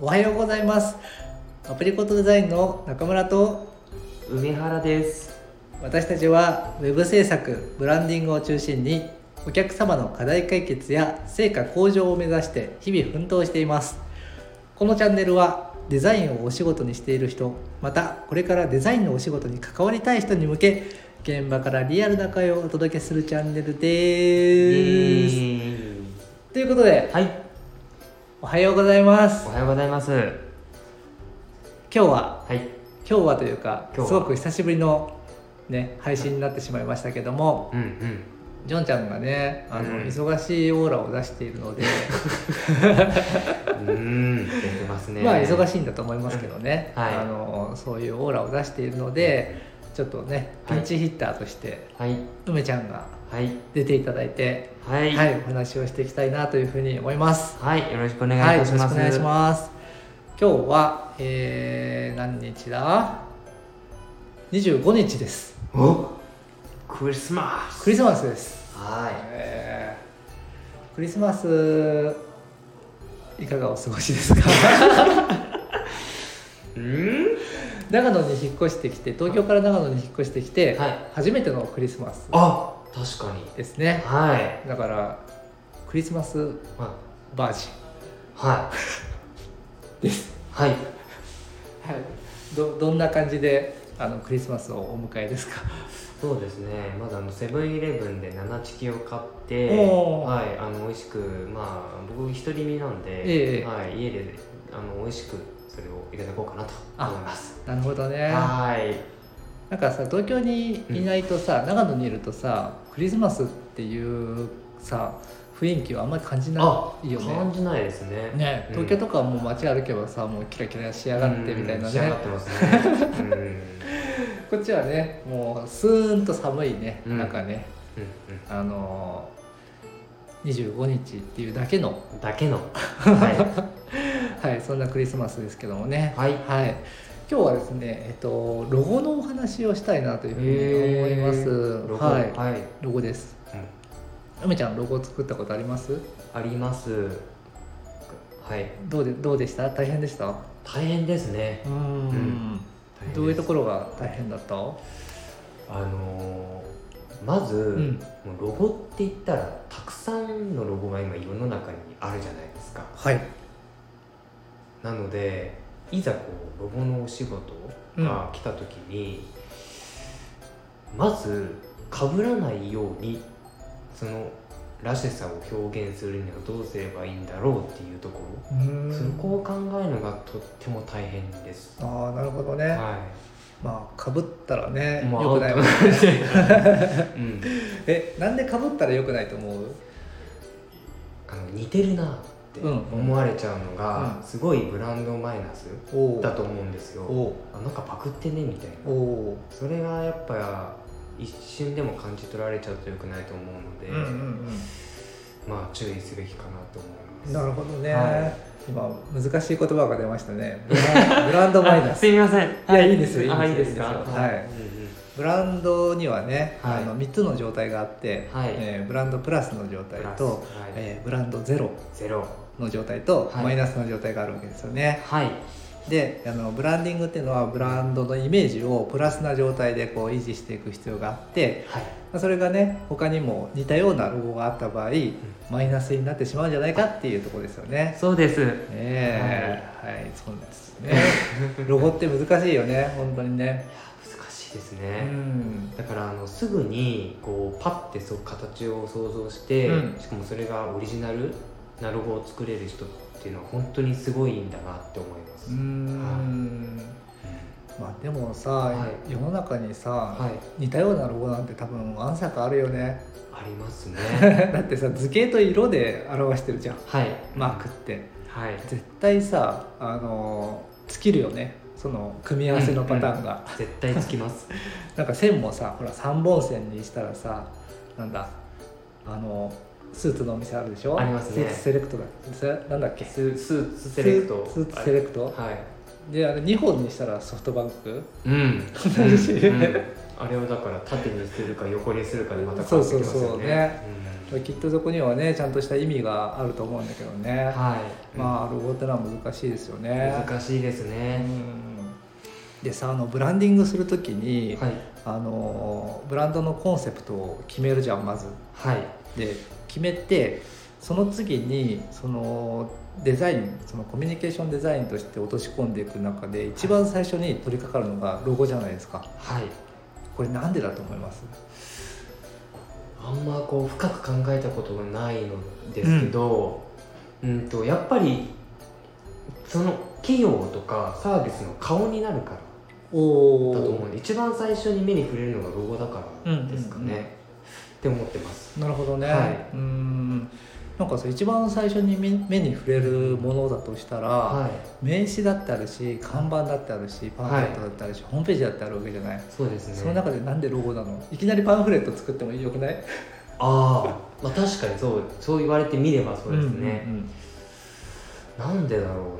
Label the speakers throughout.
Speaker 1: はようございますアプリコットデザインの中村と
Speaker 2: 梅原です
Speaker 1: 私たちはウェブ制作ブランディングを中心にお客様の課題解決や成果向上を目指して日々奮闘していますこのチャンネルはデザインをお仕事にしている人またこれからデザインのお仕事に関わりたい人に向け現場からリアルな会をお届けするチャンネルで
Speaker 2: イ
Speaker 1: す、
Speaker 2: エーイ
Speaker 1: ということで
Speaker 2: はい
Speaker 1: おはようございます
Speaker 2: おはようございますは
Speaker 1: 今日はい今日はというかす
Speaker 2: 今日は
Speaker 1: ごく久しぶりの、ね、配信になってしまいましたけども
Speaker 2: うんうん
Speaker 1: ジョンちゃんがねあの、
Speaker 2: うん
Speaker 1: 忙しいオーラを出している ので、
Speaker 2: うーん出てますね
Speaker 1: まあ忙しいんだと思いますけどね、
Speaker 2: はい
Speaker 1: あのそういうオーラを出しているのでちょっとねピ
Speaker 2: はい
Speaker 1: ンチヒッターとして
Speaker 2: はい
Speaker 1: 梅ちゃんが
Speaker 2: はい
Speaker 1: 出ていただいて、
Speaker 2: は
Speaker 1: はいいお話をしていきたいなというふうに思います。
Speaker 2: はいよろしくお願
Speaker 1: はい
Speaker 2: い
Speaker 1: よ
Speaker 2: い
Speaker 1: ろしく
Speaker 2: たし
Speaker 1: お
Speaker 2: ます
Speaker 1: 願いします。今日は、えー、何日だ25日です。
Speaker 2: おクリスマス
Speaker 1: クリスマスです。
Speaker 2: は
Speaker 1: えークリスマスいかがお過ごしですか
Speaker 2: いうん
Speaker 1: 長野に引っ越してきて東京から長野に引っ越してきて、
Speaker 2: はい
Speaker 1: 初めてのクリスマス
Speaker 2: あ確かに
Speaker 1: ですね
Speaker 2: はい
Speaker 1: だからクリスマス
Speaker 2: は
Speaker 1: バージ
Speaker 2: いですはい
Speaker 1: ン、はい、どどんな感じであのクリスマスをお迎えですか
Speaker 2: そうですねまずあのセブンイレブンで7チキを買って、
Speaker 1: おー
Speaker 2: はい、あの美味しくまあ僕一人身なん
Speaker 1: え
Speaker 2: で、
Speaker 1: え
Speaker 2: はい、家であの美味しくそれをいただこうかなと思います
Speaker 1: なるほどね
Speaker 2: はい
Speaker 1: なんかさ東京にいないとさ、長野にいるとさクリスマスっていうさ雰囲気はあんまり感じないよね
Speaker 2: 感じないですね
Speaker 1: ね、
Speaker 2: うん
Speaker 1: 東京とかはもう街歩けばさもうキラキラしやがってみたいな
Speaker 2: うん仕上
Speaker 1: ね
Speaker 2: がってますねうんうん
Speaker 1: こっちはねもうスーンと寒いね
Speaker 2: うん
Speaker 1: 中ね、あのー、25日っていうだけ の、
Speaker 2: うんだ けのは
Speaker 1: はい、そんなクリスマスですけどもね
Speaker 2: い、はい、
Speaker 1: はい、今日はですね、えっと、ロゴのお話をしたいなというふうに思います、
Speaker 2: ロゴ
Speaker 1: はい
Speaker 2: はい、
Speaker 1: ロゴです
Speaker 2: うん
Speaker 1: 梅ちゃんロゴ作ったことあります
Speaker 2: ありますはい
Speaker 1: どうでどうでした大変でした
Speaker 2: 大変ですね
Speaker 1: うん
Speaker 2: ん大変です
Speaker 1: どういうところが大変だった
Speaker 2: あのーまず、
Speaker 1: ん
Speaker 2: もうロゴって言ったらたくさんのロゴが今世の中にあるじゃないですか
Speaker 1: はい
Speaker 2: なのでいざこうロゴのお仕事が来た時に、まず被らないようにそのらしさを表現するにはどうすればいいんだろうっていうところそこを考えるのがとっても大変です、
Speaker 1: ああなるほどね、
Speaker 2: は
Speaker 1: まあかぶったらね
Speaker 2: い、もう
Speaker 1: 良くないわ
Speaker 2: うん
Speaker 1: えなんでかぶったら良くないと思う
Speaker 2: あの似てるなって
Speaker 1: うん
Speaker 2: 思われちゃうのが、
Speaker 1: うん
Speaker 2: すごいブランドマイナス
Speaker 1: おう
Speaker 2: だと思うんですよ
Speaker 1: おう
Speaker 2: あなんかパクってねみたい
Speaker 1: お
Speaker 2: な
Speaker 1: う
Speaker 2: それがやっぱ一瞬でも感じ取られちゃうと良くないと思うので、
Speaker 1: うんうん
Speaker 2: まあ注意すべきかなと思い
Speaker 1: うん
Speaker 2: ます
Speaker 1: なるほどね、
Speaker 2: は
Speaker 1: 今難しい言葉が出ましたねブラン ブランドマイナ
Speaker 2: あ
Speaker 1: ス
Speaker 2: すみませんい
Speaker 1: やいいですよ
Speaker 2: あ
Speaker 1: い
Speaker 2: い
Speaker 1: い
Speaker 2: い
Speaker 1: で
Speaker 2: ですす
Speaker 1: よ
Speaker 2: か
Speaker 1: はいブランドにはね、
Speaker 2: はい
Speaker 1: あの3つの状態があって、
Speaker 2: はい
Speaker 1: えーブランドプラスの状態
Speaker 2: プラス
Speaker 1: と、
Speaker 2: はい
Speaker 1: えーブランドゼロ
Speaker 2: ゼロ
Speaker 1: の状態と、
Speaker 2: はい
Speaker 1: マイナスの状態があるわけですよね、
Speaker 2: はい
Speaker 1: であのブランディングっていうのはブランドのイメージをプラスな状態でこう維持していく必要があって
Speaker 2: はい
Speaker 1: まあそれがね他にも似たようなロゴがあった場合マイナスになってしまうんじゃないかっていうところですよね。
Speaker 2: そうです
Speaker 1: ねえはいそうなんですね。 ロゴって難しいよね本当にね。
Speaker 2: 難しいです
Speaker 1: う
Speaker 2: ね、
Speaker 1: ん
Speaker 2: だからあのすぐにこうパッてそう形を想像して、
Speaker 1: うん
Speaker 2: しかもそれがオリジナルなロゴを作れる人っていうのは本当にすごいんだなって思います、
Speaker 1: うーんまあでもさ、
Speaker 2: はい
Speaker 1: 世の中にさ、
Speaker 2: はい
Speaker 1: 似たようなロゴなんて多分あんさかあるよね
Speaker 2: ありますね
Speaker 1: だってさ図形と色で表してるじゃん
Speaker 2: はい
Speaker 1: マークって
Speaker 2: はい
Speaker 1: 絶対さあの尽きるよねその組み合わせのパターンが、
Speaker 2: 絶対つきます
Speaker 1: なんか線もさほら3本線にしたらさなんだあのスーツのお店あるでしょ
Speaker 2: ありますね
Speaker 1: スーツセレクトだせなんだっけス
Speaker 2: ススーツセレクト
Speaker 1: スーツセレクト
Speaker 2: はい
Speaker 1: であれ2本にしたらソフトバンク
Speaker 2: うん
Speaker 1: 同じ
Speaker 2: うんうんあれをだから縦にするか横にするかでまた変わってきますよ
Speaker 1: そ
Speaker 2: ね
Speaker 1: うそうそうねきっとそこにはねちゃんとした意味があると思うんだけどね、
Speaker 2: はい、
Speaker 1: まあロゴってのは難しいですよね
Speaker 2: 難しいです
Speaker 1: う
Speaker 2: ね、
Speaker 1: んでさあのブランディングする時に、
Speaker 2: はい
Speaker 1: あのブランドのコンセプトを決めるじゃんまず
Speaker 2: はい
Speaker 1: で決めてその次にそのデザインそのコミュニケーションデザインとして落とし込んでいく中で一番最初に取り掛かるのがロゴじゃないですか
Speaker 2: はい
Speaker 1: これなんでだと思います
Speaker 2: あんまこう深く考えたことがないのですけど、うん、とやっぱりその企業とかサービスの顔になるから
Speaker 1: お
Speaker 2: だと思うんで一番最初に目に触れるのがロゴだからですかね、
Speaker 1: うんうんうん
Speaker 2: って思ってます
Speaker 1: なるほどね、
Speaker 2: は
Speaker 1: うーんなんかさ一番最初に目目に触れるものだとしたら、
Speaker 2: はい
Speaker 1: 名刺だってあるし看板だってあるしパンフレットだってあるし、ホームページだってあるわけじゃない
Speaker 2: そうですね
Speaker 1: その中でなんでロゴなのいきなりパンフレット作ってもよくない
Speaker 2: ああまあ確かにそうそう言われてみればそうですね、
Speaker 1: ん
Speaker 2: なんでだろ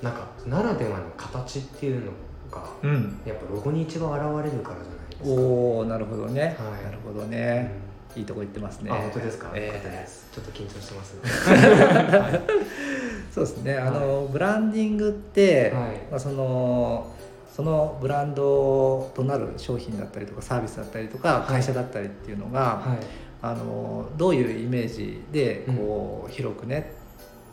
Speaker 2: うななんかならではの形っていうのが
Speaker 1: うんうん
Speaker 2: やっぱロゴに一番現れるからじゃないですか
Speaker 1: おおなるほどね、
Speaker 2: はい
Speaker 1: なるほど
Speaker 2: う
Speaker 1: ね、
Speaker 2: ん
Speaker 1: いいとこ行ってますね
Speaker 2: あ本当ですか、
Speaker 1: えー
Speaker 2: よかったですちょっと緊張してます、
Speaker 1: そうですねあの、ブランディングって、
Speaker 2: はい
Speaker 1: まあ、そのそのブランドとなる商品だったりとかサービスだったりとか会社だったりっていうのが、
Speaker 2: はい
Speaker 1: あのどういうイメージでこう、広くね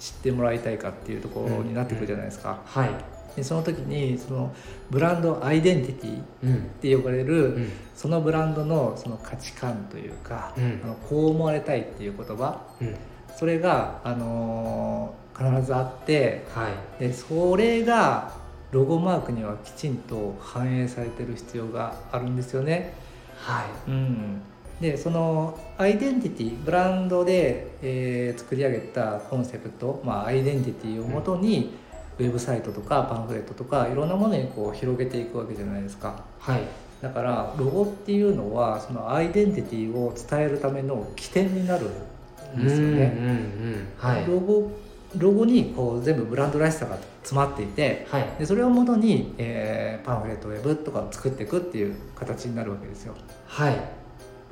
Speaker 1: 知ってもらいたいかっていうところになってくるじゃないですか、
Speaker 2: はい
Speaker 1: でその時にそのブランドアイデンティティっ
Speaker 2: うん
Speaker 1: て呼ばれる、
Speaker 2: うん
Speaker 1: そのブランドのその価値観というか、
Speaker 2: うん
Speaker 1: あのこう思われたいっていう言葉
Speaker 2: うん
Speaker 1: それが、あのー必ずあって
Speaker 2: はい
Speaker 1: でそれがロゴマークにはきちんと反映されてる必要があるんですよね。
Speaker 2: はい
Speaker 1: うん、でそのアイデンティティブランドで、えー作り上げたコンセプト、まあ、アイデンティティをもとに、ウェブサイトとかパンフレットとかいろんなものにこう広げていくわけじゃないですか
Speaker 2: はい
Speaker 1: だからロゴっていうのはそのアイデンティティを伝えるための起点になるんですよね、
Speaker 2: うんうんうんはい
Speaker 1: ロゴロゴにこう全部ブランドらしさが詰まっていて
Speaker 2: はい
Speaker 1: でそれをもとに、えーパンフレットウェブとかを作っていくっていう形になるわけですよ
Speaker 2: はい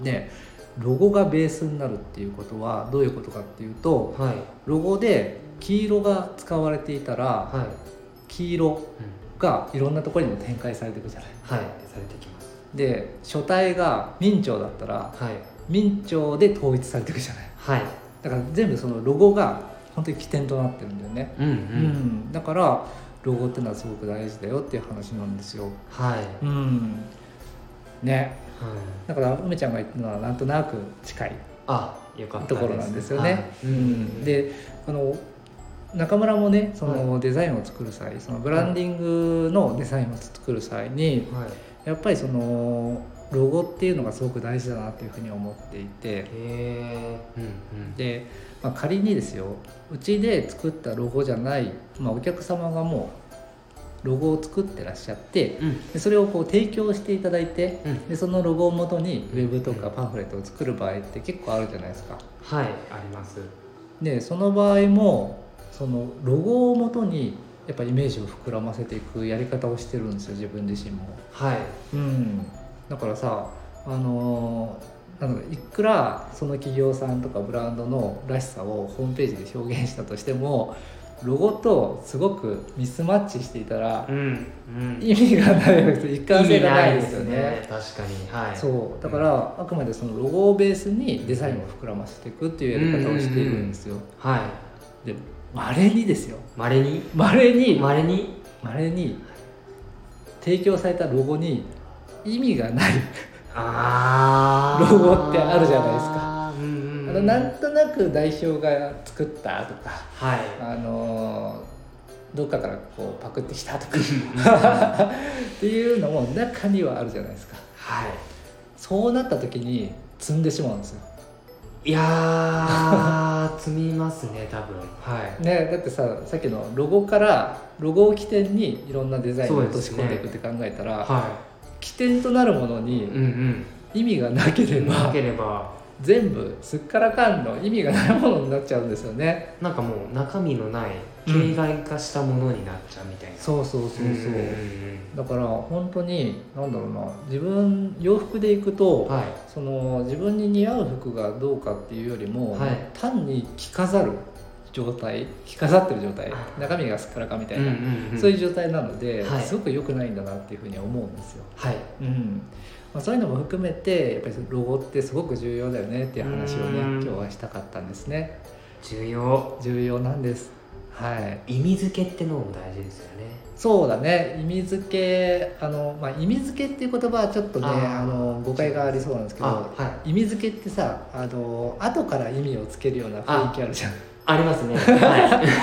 Speaker 1: でロゴがベースになるっていうことはどういうことかっていうと
Speaker 2: はい
Speaker 1: ロゴで黄色が使われていたら
Speaker 2: はい
Speaker 1: 黄色
Speaker 2: うん
Speaker 1: がいろんなところにも展開されていくじゃない
Speaker 2: はいされてきます
Speaker 1: で書体が明朝だったら
Speaker 2: はい
Speaker 1: 明朝で統一されていくじゃない
Speaker 2: はい
Speaker 1: だから全部そのロゴが本当に起点となってるんだよね、
Speaker 2: うんう
Speaker 1: うん
Speaker 2: ん
Speaker 1: だからロゴってのはすごく大事だよっていう話なんですよ
Speaker 2: はいはい
Speaker 1: うんねだから梅ちゃんが言ったのはなんとなく近い
Speaker 2: あよかった
Speaker 1: ところなんですよね。
Speaker 2: はい
Speaker 1: うん、であの中村もねそのデザインを作る際、そのブランディングのデザインを作る際に
Speaker 2: はい
Speaker 1: やっぱりそのロゴっていうのがすごく大事だなっていうふうに思っていて
Speaker 2: へえうんうん
Speaker 1: で、まあ、仮にですようちで作ったロゴじゃない、まあ、お客様がもうロゴを作ってらっしゃって
Speaker 2: うん
Speaker 1: でそれをこう提供していただいて
Speaker 2: うん
Speaker 1: でそのロゴをもとにウェブとかパンフレットを作る場合って結構あるじゃないですか。
Speaker 2: はいあります
Speaker 1: でその場合もそのロゴをもとにやっぱイメージを膨らませていくやり方をしてるんですよ自分自身も。
Speaker 2: はい
Speaker 1: うん、だからさあのーなんだろういくらその企業さんとかブランドのらしさをホームページで表現したとしてもロゴとすごくミスマッチしていたら
Speaker 2: んうん
Speaker 1: 意味がないです一貫性がないですよ
Speaker 2: 意味な
Speaker 1: ね。
Speaker 2: いですね確かにはい
Speaker 1: そうだからあくまでそのロゴをベースにデザインを膨らませていくっていうやり方をしているんですよ。
Speaker 2: はい
Speaker 1: で稀にですよ
Speaker 2: まれに
Speaker 1: 稀に
Speaker 2: まれに
Speaker 1: 稀に提供されたロゴに意味がない、
Speaker 2: あー
Speaker 1: ロゴってあるじゃないですか
Speaker 2: うんうん
Speaker 1: あ
Speaker 2: う
Speaker 1: の
Speaker 2: ん
Speaker 1: なんとなく代表が作ったとか
Speaker 2: は
Speaker 1: あのーどっかからこうパクってきたとかっていうのも中にはあるじゃないですか
Speaker 2: いは
Speaker 1: そうなった時に積んでしまうんですよ、
Speaker 2: いいや ー積みますね多分は
Speaker 1: ね、だってささっきのロゴからロゴを起点にいろんなデザインを落とし込んでいくって考えた
Speaker 2: い
Speaker 1: ら、
Speaker 2: は
Speaker 1: 起点となるもの
Speaker 2: い
Speaker 1: に
Speaker 2: うん
Speaker 1: 意味がなけ
Speaker 2: う
Speaker 1: れ
Speaker 2: んな
Speaker 1: ば
Speaker 2: ければ
Speaker 1: 全部すっからかんの意味がないものになっちゃうんですよね
Speaker 2: なんかもう中身のない
Speaker 1: うん
Speaker 2: 形骸化したものになっちゃうみたいな、
Speaker 1: そうそうそうそう、
Speaker 2: んん
Speaker 1: だから本当に何だろうな自分洋服で行くと、
Speaker 2: うんはい
Speaker 1: その自分に似合う服がどうかっていうよりも、
Speaker 2: はい
Speaker 1: 単に着飾る状態着飾ってる状態
Speaker 2: はい
Speaker 1: 中身がすっからかみたい
Speaker 2: うん
Speaker 1: な、
Speaker 2: うんうん
Speaker 1: そういう状態なので、
Speaker 2: はい
Speaker 1: すごく良くないんだなっていうふうに思うんですよ。
Speaker 2: はい
Speaker 1: うんまあ、そういうのも含めてやっぱりロゴってすごく重要だよねっていう話をね
Speaker 2: うん
Speaker 1: 今日はしたかったんですね
Speaker 2: 重要
Speaker 1: 重要なんですはい
Speaker 2: 意味付けってのも大事ですよね
Speaker 1: そうだね意味付けあの、まあ、意味付けっていう言葉はちょっとね
Speaker 2: あー
Speaker 1: あの誤解がありそうなんですけ
Speaker 2: あ
Speaker 1: ど
Speaker 2: はい
Speaker 1: 意味付けってさあの後から意味をつけるような雰囲気あるじゃん、
Speaker 2: あります ねはい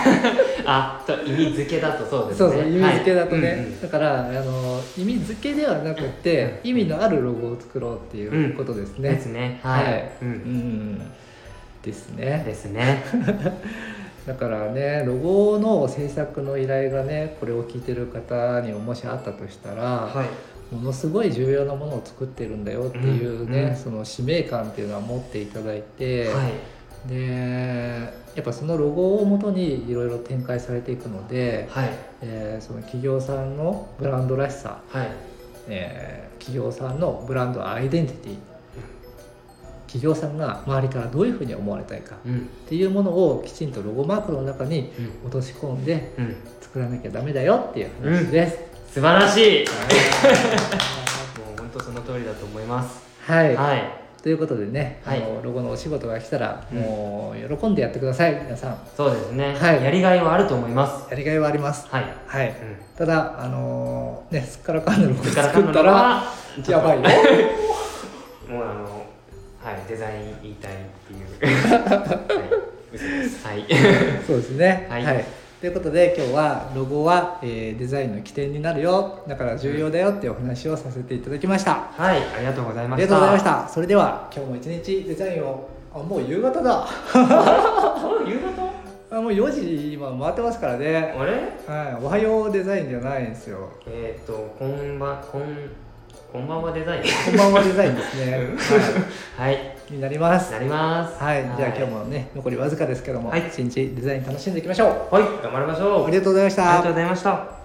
Speaker 2: あと意味付けだとそうです
Speaker 1: そ
Speaker 2: ね
Speaker 1: うそう意味付けだとね、
Speaker 2: はいうんうん
Speaker 1: だからあの意味付けではなくて意味のあるロゴを作ろうっていうことですね、
Speaker 2: ですねはい、
Speaker 1: はいううんんですね
Speaker 2: ですね
Speaker 1: だからねロゴの制作の依頼がねこれを聞いてる方にもしあったとしたら、
Speaker 2: はい
Speaker 1: ものすごい重要なものを作ってるんだよっていうね、
Speaker 2: うんうん
Speaker 1: その使命感っていうのは持っていただいて、
Speaker 2: はい
Speaker 1: でやっぱそのロゴをもとにいろいろ展開されていくので、
Speaker 2: はい
Speaker 1: えーその企業さんのブランドらしさ、
Speaker 2: はい
Speaker 1: えー企業さんのブランドアイデンティティ企業さんが周りからどういうふうに思われたいかっ
Speaker 2: うん
Speaker 1: ていうものをきちんとロゴマークの中に
Speaker 2: うん
Speaker 1: 落とし込んで
Speaker 2: うん
Speaker 1: 作らなきゃダメだよっていう話です。
Speaker 2: 素晴らしい
Speaker 1: は
Speaker 2: もう本当その通りだと思います
Speaker 1: いはい
Speaker 2: はい
Speaker 1: ということでね、
Speaker 2: はい
Speaker 1: あのロゴのお仕事が来たら、
Speaker 2: うん
Speaker 1: もう喜んでやってください皆さん
Speaker 2: そうですね、
Speaker 1: はい
Speaker 2: やりがいはあると思います
Speaker 1: やりがいはあります
Speaker 2: はい、
Speaker 1: は
Speaker 2: う
Speaker 1: い
Speaker 2: ん
Speaker 1: ただあのーねすっからかんのロゴを
Speaker 2: だから
Speaker 1: 作ったらやばいよ
Speaker 2: もうあのはいデザイン言いたいって いうはい嘘ですはい
Speaker 1: そうですねは、
Speaker 2: はいい
Speaker 1: ということで今日はロゴは、えーデザインの起点になるよだから重要だよっていうお話をさせていただきました
Speaker 2: はいありがとうござい
Speaker 1: あ
Speaker 2: ました
Speaker 1: りがとうございましたそれでは今日も一日デザインをあもう夕方だ
Speaker 2: あ夕方
Speaker 1: あもう4時今回ってますからね、
Speaker 2: あれ
Speaker 1: はい、おはようデザインじゃないんですよ
Speaker 2: えっ、ー、とこんばこんこんばんはデザイン
Speaker 1: こんばんはデザインですね、はい
Speaker 2: はい
Speaker 1: になります。
Speaker 2: なります
Speaker 1: はい、じゃあ今日もね、残りわずかですけども、
Speaker 2: はい
Speaker 1: 一日デザイン楽しんでいきましょう。
Speaker 2: はい頑張りましょう
Speaker 1: ありがとうございました。
Speaker 2: ありがとうございました